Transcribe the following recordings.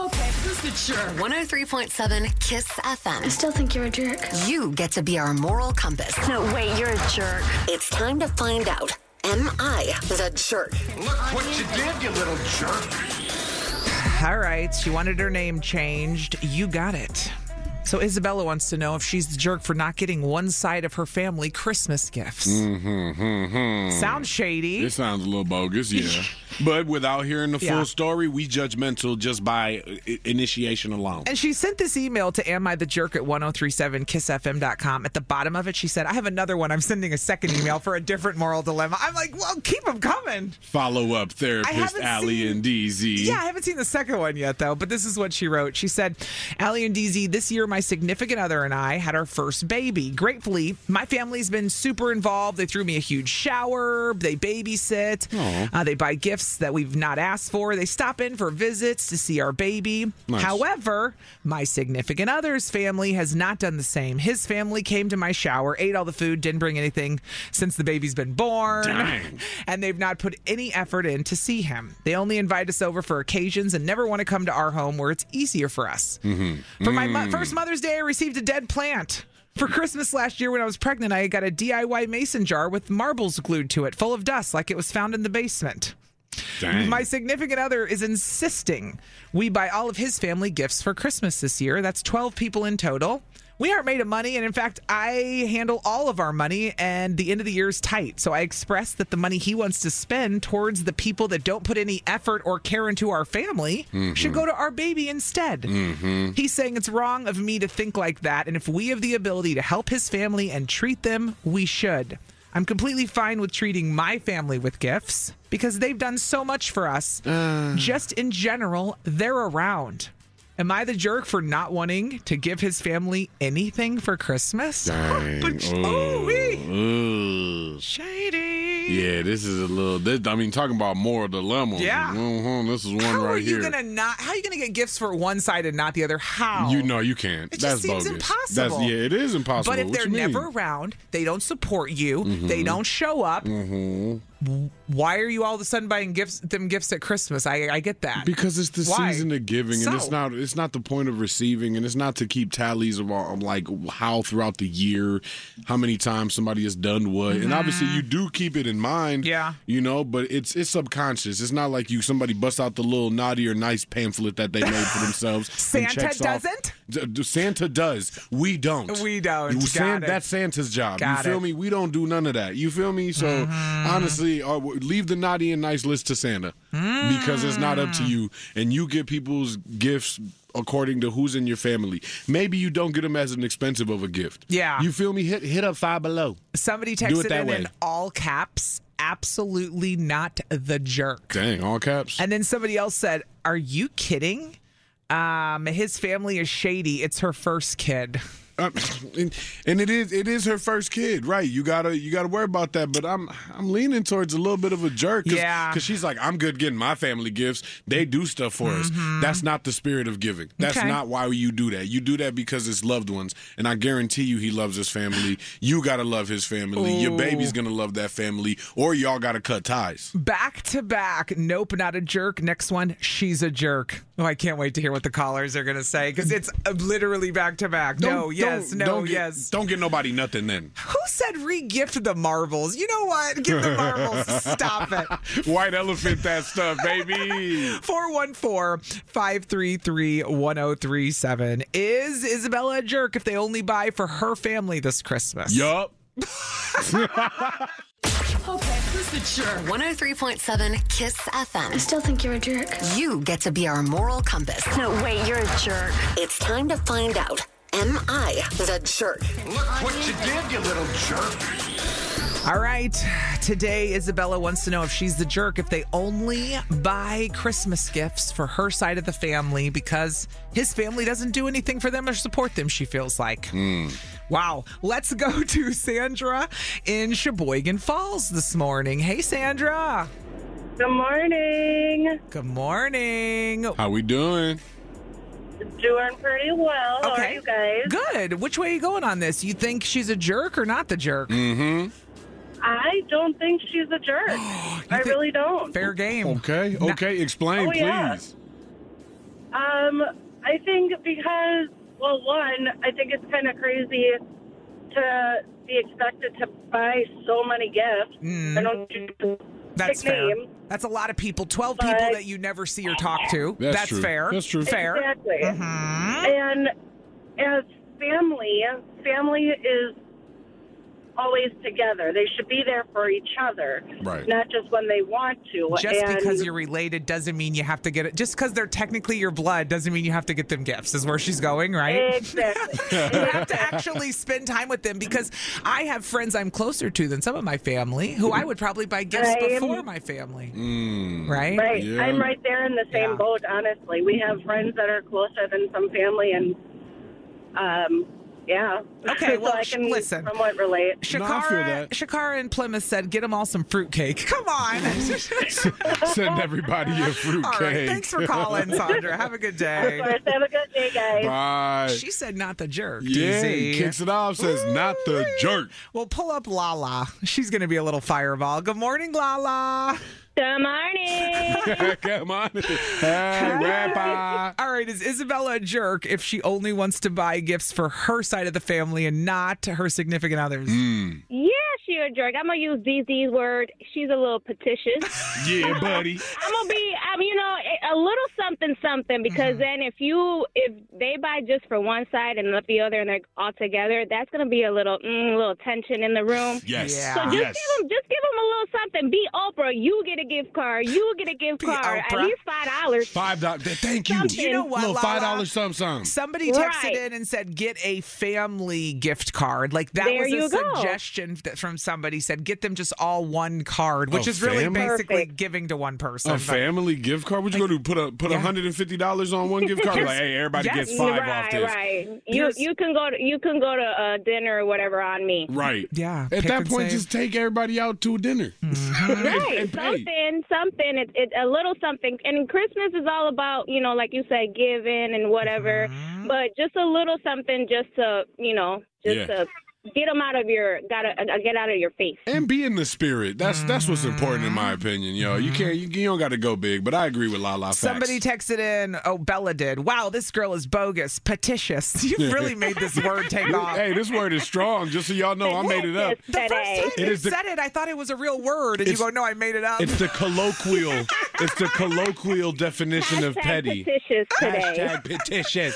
Okay, who's the jerk? 103.7 Kiss FM. Still think you're a jerk. You get to be our moral compass. No, wait, you're a jerk. It's time to find out. Am I the jerk? All right, she wanted her name changed. You got it. So Isabella wants to know if she's the jerk for not getting one side of her family Christmas gifts. Hmm. Mm-hmm, Sounds shady. It sounds a little bogus, yeah. but without hearing the Yeah. full story, we judgmental just by uh, i- initiation alone. And she sent this email to am I the jerk at 1037kissfm.com. At the bottom of it, she said, I have another one. I'm sending a second email for a different moral dilemma. I'm like, well, keep them coming. Follow up therapist haven't Allie seen- and DZ. Yeah, I haven't seen the second one yet, though, but this is what she wrote. She said, Allie and DZ, this year my significant other and I had our first baby. Gratefully, my family's been super involved. They threw me a huge shower, they babysit, uh, they buy gifts that we've not asked for, they stop in for visits to see our baby. However, my significant other's family has not done the same. His family came to my shower, ate all the food, didn't bring anything since the baby's been born Dang. and they've not put any effort in to see him. They only invite us over for occasions and never want to come to our home where it's easier for us. For my mo- first Mother's Day, I received a dead plant. For Christmas last year, when I was pregnant, I got a DIY mason jar with marbles glued to it, full of dust, like it was found in the basement. Dang. My significant other is insisting we buy all of his family gifts for Christmas this year. That's 12 people in total. We aren't made of money, and in fact, I handle all of our money, and the end of the year is tight. So I express that the money he wants to spend towards the people that don't put any effort or care into our family should go to our baby instead. He's saying it's wrong of me to think like that, and if we have the ability to help his family and treat them, we should. I'm completely fine with treating my family with gifts because they've done so much for us. Just in general, they're around. Am I the jerk for not wanting to give his family anything for Christmas? But, oh, wee. Ugh. Shady. Yeah, this is a little. This, I mean, talking about moral dilemma. Yeah. Mhm, This is one How right are you here. gonna not? How are you gonna get gifts for one side and not the other? How? You know you can't. It That's just seems bogus. impossible. That's, yeah, it is impossible. But if What they're you mean? Mm-hmm. never around, they don't support you, they don't show up. w- Why are you all of a sudden buying gifts them gifts at Christmas? I I get that. Because it's the Why? season of giving, and it's So? not it's not the point of receiving, and it's not to keep tallies of, all, of like how throughout the year, how many times somebody has done what, and obviously you do keep it in mind, Mm-hmm. Yeah. you know. But it's it's subconscious. It's not like you somebody busts out the little naughty or nice pamphlet that they made for themselves. and Santa checks off- doesn't? D- d- Santa does. We don't. We don't. You- Got San- it. That's Santa's job. Got you feel it. Mm-hmm. me? We don't do none of that. You feel me? So honestly, uh, w- leave the naughty and nice list to Santa because it's not Mm. up to you, and you get people's gifts according to who's in your family. Maybe you don't get them as an expensive of a gift. Yeah. You feel me? Hit hit up five below. Somebody Do it texted that in in way. all caps, absolutely not the jerk. Dang, all caps. And then somebody else said, "Are you kidding? Um, his family is shady. It's her first kid." Uh, and, and it is it is her first kid, right? You gotta you gotta worry about that. But I'm I'm leaning towards a little bit of a jerk, cause, Yeah. 'cause she's like, I'm good getting my family gifts. They do stuff for us. That's not the spirit of giving. That's Mm-hmm. Okay. not why you do that. You do that because it's loved ones, and I guarantee you, he loves his family. You gotta love his family. Your baby's gonna love that family, or y'all gotta cut ties. Back to back. Nope, not a jerk. Next one, she's a jerk. Oh, I can't wait to hear what the callers are going to say because it's uh, literally back to back. Don't- No, yes, don't- no, don't get- yes. Don't get nobody nothing then. Who said regift the marbles? You know what? Get the marbles. Stop it. White elephant that stuff, baby. 414-533-1037. Is Isabella a jerk if they only buy for her family this Christmas? yup. Okay, who's the jerk? 103.7 Kiss FM. Still think you're a jerk. You get to be our moral compass. No, wait, you're a jerk. It's time to find out. Am I the jerk? All right. Today, Isabella wants to know if she's the jerk if they only buy Christmas gifts for her side of the family because his family doesn't do anything for them or support them, she feels like. Wow. Let's go to Sandra in Sheboygan Falls this morning. Hey, Sandra. Good morning. Good morning. How we doing? Doing pretty well. How are Okay. you guys? Good. Which way are you going on this? You think she's a jerk or not the jerk? I don't think she's a jerk. I think- really don't. Fair game. Okay, okay. Explain, Oh, yeah. please. Um, I think because, well, one, I think it's kind of crazy to be expected to buy so many gifts. I don't. Mm. That's Pick fair. name. That's a lot of people. Twelve people But- that you never see or talk to. That's true. fair. That's true. Fair. Exactly. Mm-hmm. And as family, family is always together. They should be there for each other, Right. not just when they want to. Just and because you're related doesn't mean you have to get it. Just because they're technically your blood doesn't mean you have to get them gifts. Is where she's going, right? Exactly. you have to actually spend time with them because I have friends I'm closer to than some of my family who I would probably buy gifts Right. before my family, right? Right. Mm. Yeah. I'm right there in the same Yeah. boat, honestly. We have friends that are closer than some family, and um, yeah. Okay, so well, I sh- can listen. somewhat relate. No, I feel Shakara, that. Shakara in Plymouth said, "Get them all some fruitcake." Come on. Send everybody a fruitcake. All right. Thanks for calling, Sandra. Have a good Of day. course, have a good day, guys. Bye. She said not the jerk. Uh, yeah, DZ. kicks it off. Says not the jerk. Well, pull up Lala. She's going to be a little fireball. Good morning, Lala. Good morning. Come on. Hey, rapper. All right, is Isabella a jerk if she only wants to buy gifts for her side of the family and not her significant others? Mm, Yeah, she a jerk. I'm gonna use DZ's word. She's a little petition. Yeah, buddy. I'm gonna be, I'm, you know, a little something something Mm-hmm. because then if you if they buy just for one side and not the other and they're all together, that's gonna be a little mm, little tension in the room. Yes. Yeah. So just yes. Give 'em- Just give them a little something. Be Oprah. You get a gift card. You get a gift Be card. Oprah. At least five dollars. Five dollars. Thank you. Something. You know what, Little Lala? five dollars something. something. Somebody texted Right. in and said, "Get a family gift card." Like that There you was a go. suggestion that from somebody said, "Get them just all one card," which A is really family- basically Perfect. giving to one person. A but- family gift card? What you gonna do? Put a put Yeah. hundred and fifty dollars on one gift card? Like, hey, everybody Yes. gets five right, off this. right. You Here's- you can go to, you can go to uh, dinner or whatever on me. Right. Yeah, At pick that and point, save. Mm-hmm. just take everybody out to dinner. And- Right, and pay. something, something. It's it, a little something, and Christmas is all about you know, like you said, giving and whatever. Mm-hmm. But just a little something, just to you know, just Yeah. to get them out of your got to uh, get out of your face. And be in the spirit. That's that's what's important in Mm-hmm. my opinion, yo. You can't you, you don't got to go big, but I agree with La La. Facts. Somebody texted in, oh, Bella did. Wow, this girl is bogus, petitious. You've really made this word take off. hey, this word is strong. Just so y'all know, I made it up. The first Today. time It you is the- said it, I thought it was a real word, and you It's- go, no, I made it up. It's the colloquial. It's the colloquial definition of Hashtag petty. Petitions today. Hashtag petitions.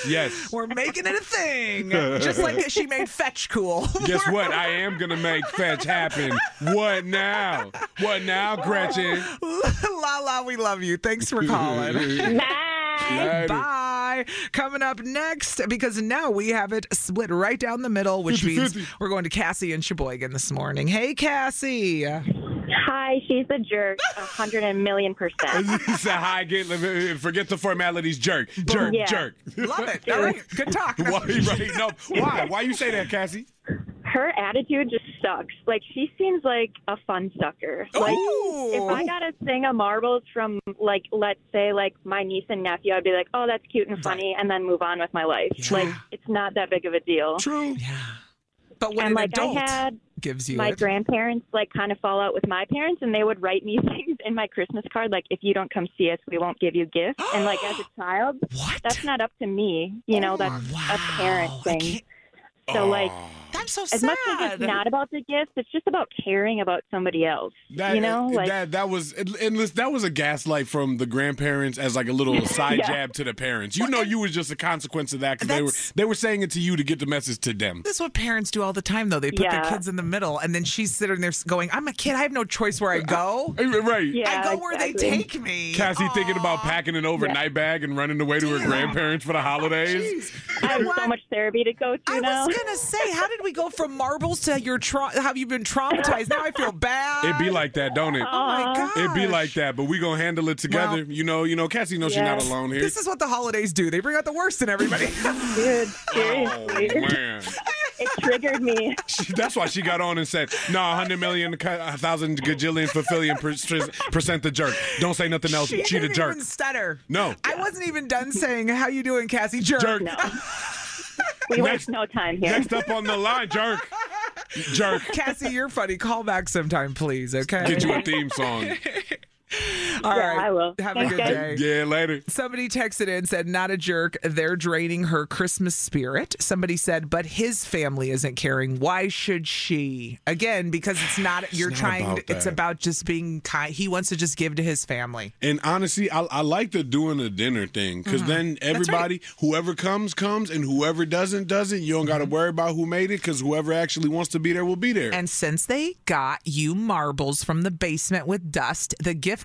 Yes. We're making it a thing, just like she made fetch cool. Guess what? I am gonna make fetch happen. What now? What now, Gretchen? la la, we love you. Thanks for calling. Bye. Later. Bye. Coming up next, because now we have it split right down the middle, which 50-50. means we're going to Cassie and Sheboygan this morning. Hey, Cassie. Hi, she's a jerk. A hundred and million percent. it's a high get. Forget the formalities. Jerk. Jerk. Yeah. Jerk. Love it. All right. Good talk. Why, right, no. Why? Why you say that, Cassie? Her attitude just sucks. Like she seems like a fun sucker. Like if Ooh. I got a thing of marbles from like let's say like my niece and nephew, I'd be like, oh, that's cute and funny, and then move on with my life. Like it's not that big of a deal. True. Yeah. But when and an like adult I had gives you my it, grandparents like kind of fall out with my parents, and they would write me things in my Christmas card like, "If you don't come see us, we won't give you gifts." and like as a child, What? that's not up to me. You know, that's a parent thing. So like. That's so As much as it's sad. not about the gifts, it's just about caring about somebody else. That, you know, like that that was and and listen, that was a gaslight from the grandparents as like a little side jab to the parents. You know, you was just a consequence of that because they were they were saying it to you to get the message to them. This is what parents do all the time, though. They put Yeah. their kids in the middle, and then she's sitting there going, "I'm a kid. I have no choice where I go. Eh, I Right? Yeah, go where they exactly. take me." Oh, Cassie thinking about packing an overnight bag and running away to her grandparents for the holidays. I have so much therapy to go to I now. was gonna say, how did we go from marbles to your tra- have you been traumatized? Now I feel bad. It be like that, don't it? oh my god, It be like that, but we gonna handle it together. Well- you know, you know, Cassie knows Yeah. she's not alone here. This is what the holidays do. They bring out the worst in everybody. Dude, Oh seriously, man, it triggered me. She- that's why she got on and said, "No, nah, hundred million, a thousand gajillion, perfillion per, tris- percent the jerk. Don't say nothing else. she She, the didn't jerk. even stutter. No. I wasn't even done saying how you doing, Cassie. Jerk. Jerk. No. We Next- waste no time here. Next up on the line, jerk, jerk. Cassie, you're funny. Call back sometime, please. Okay. Get you a theme song. All Yeah, right. I will. Have Thanks, a good guys. day. Yeah, later. Somebody texted in said, "Not a jerk. They're draining her Christmas spirit." Somebody said, "But his family isn't caring. Why should she?" Again, because it's not. You're not trying. about to, it's that. about just being kind. He wants to just give to his family. And honestly, I, I like the doing the dinner thing because Uh-huh. then everybody, whoever comes, comes, and whoever doesn't, doesn't. You don't got to worry about who made it because whoever actually wants to be there will be there. Mm-hmm. And since they got you marbles from the basement with dust, the gift